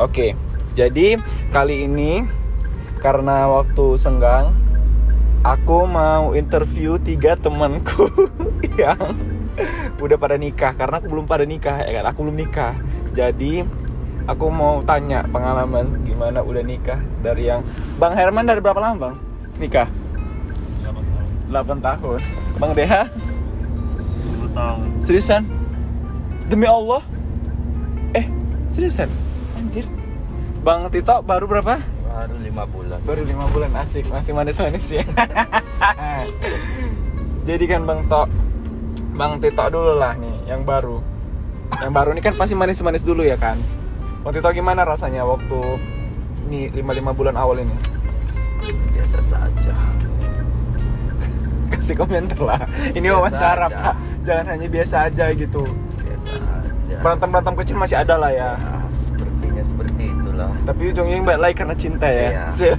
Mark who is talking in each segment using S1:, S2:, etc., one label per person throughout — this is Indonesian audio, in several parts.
S1: Oke, jadi kali ini karena waktu senggang, aku mau interview tiga temanku yang udah pada nikah karena aku belum pada nikah ya kan, aku belum nikah. Jadi aku mau tanya pengalaman gimana udah nikah dari yang Bang Herman dari berapa lama Bang nikah? 8 tahun. Bang Deha
S2: 10 tahun
S1: seriusan? Demi Allah? Eh seriusan? Anjir. Bang Tito baru berapa?
S2: baru 5 bulan
S1: baru lima bulan asik masih manis-manis ya jadi kan bang Tok bang Tito dulu lah nih yang baru yang baru ini kan pasti manis-manis dulu ya kan bang Tito gimana rasanya waktu ini lima lima bulan awal ini
S2: biasa saja
S1: kasih komentar lah ini
S2: Biasa
S1: wawancara
S2: aja.
S1: pak jangan hanya biasa aja gitu
S2: biasa aja
S1: berantem berantem kecil masih ada lah ya
S2: ya sepertinya seperti itulah
S1: tapi ujungnya yang baik karena cinta ya
S2: Iya.
S1: Se-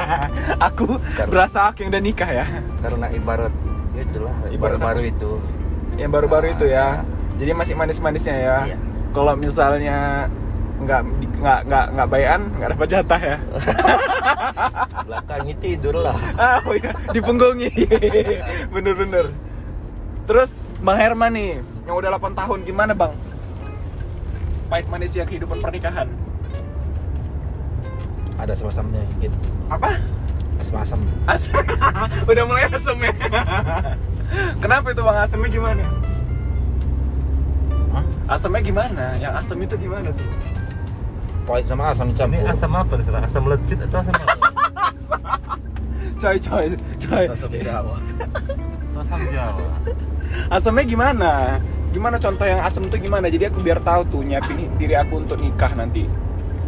S1: aku
S2: Karena-
S1: berasa aku yang udah nikah ya
S2: karena ibarat itulah
S1: Ibarat
S2: ibarat baru itu
S1: yang baru-baru itu ya.
S2: Ah,
S1: Jadi masih manis-manisnya ya.
S2: Iya.
S1: Kalau misalnya nggak di- nggak nggak nggak bayan nggak dapat jatah ya.
S2: belakangnya tidur lah
S1: Ah, oh iya, dipunggungi. Bener-bener. Terus Bang Herman nih, yang udah 8 tahun gimana Bang? Pahit manisnya kehidupan pernikahan.
S3: ada asam-asamnya dikit
S1: Apa?
S3: asam-asam
S1: Asam. udah mulai asem ya. Kenapa itu Bang asemnya gimana?
S3: Hah?
S1: Asemnya gimana? Yang asem itu gimana tuh?
S3: pahit sama asam dicampur
S2: apa nih sekarang? asam legit atau asam apa?
S1: Coy coy coy.
S3: asam jawa
S2: asam jawa
S1: asamnya gimana? Gimana contoh yang asem tuh gimana? Jadi aku biar tahu tuh nyiapin diri aku untuk nikah nanti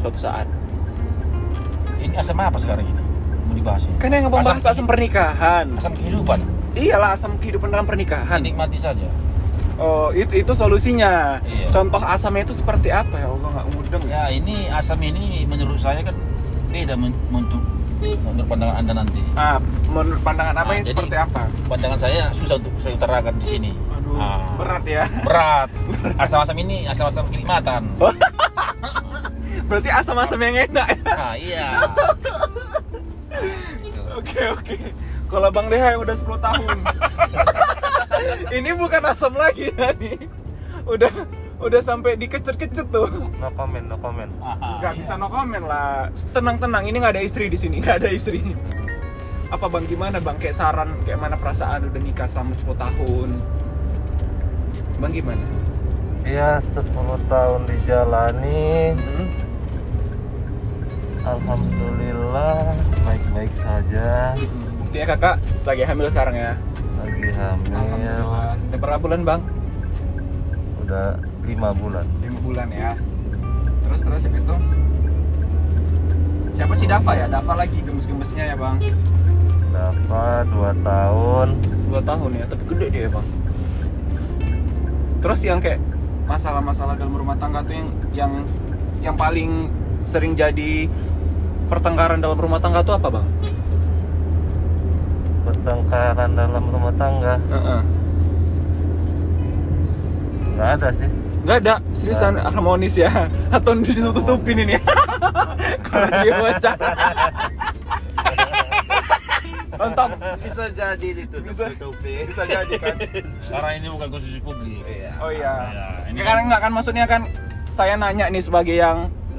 S1: suatu saat.
S3: ini asam apa sekarang ini mau dibahas ini
S1: Kan yang abang bahas asam pernikahan.
S3: asam kehidupan
S1: Iyalah asam kehidupan dalam pernikahan.
S3: nikmati saja
S1: Oh itu itu solusinya.
S3: Iya.
S1: Contoh asamnya itu seperti apa ya Allah nggak mudeng ya.
S3: ya ini asam ini menurut saya kan beda men- untuk menurut pandangan anda nanti
S1: Ah, menurut pandangan apa
S3: Nah,
S1: yang
S3: jadi-
S1: seperti apa?
S3: pandangan saya susah untuk saya utarakan di sini
S1: Aduh,
S3: Ah,
S1: berat ya.
S3: berat asam-asam ini asam-asam kenikmatan
S1: Berarti asam-asam yang enak. ya?
S3: nah iya
S1: Oke oke. Kalau Bang Deha yang udah 10 tahun. Ini bukan asam lagi ya nih. Udah udah sampai dikecut-kecut tuh.
S2: no comment no comment
S1: Gak bisa no comment lah. Tenang-tenang, ini nggak ada istri di sini, nggak ada istri. Apa Bang gimana Bang kayak saran kayak mana perasaan udah nikah selama 10 tahun? Bang gimana?
S2: iya 10 tahun dijalani
S1: Hmm?
S2: Alhamdulillah baik-baik saja
S1: Buktinya kakak lagi hamil sekarang ya.
S2: lagi hamil
S1: Alhamdulillah. Udah berapa bulan Bang?
S2: udah 5 bulan
S1: 5 bulan ya. Terus terus yang itu. Siapa sih Dava ya? Dava lagi gemes-gemesnya ya Bang.
S2: dapat 2 tahun
S1: 2 tahun ya, tapi gede dia ya Bang. Terus yang kayak masalah-masalah dalam rumah tangga tuh yang yang yang paling sering jadi pertengkaran dalam rumah tangga tuh apa Bang?
S2: pertengkaran dalam rumah tangga
S1: Heeh.
S2: nggak ada sih
S1: Nggak ada, seriusan harmonis ya Atau ditutup-tutupin ini ya? Kalau dia wawancara Mantap
S2: bisa jadi ditutup
S1: Bisa. Bisa jadi kan
S3: karena ini bukan konsumsi publik
S2: iya
S1: Oh iya.
S3: Ya, ini
S1: Karena nggak kan maksudnya kan saya nanya kan nih sebagai yang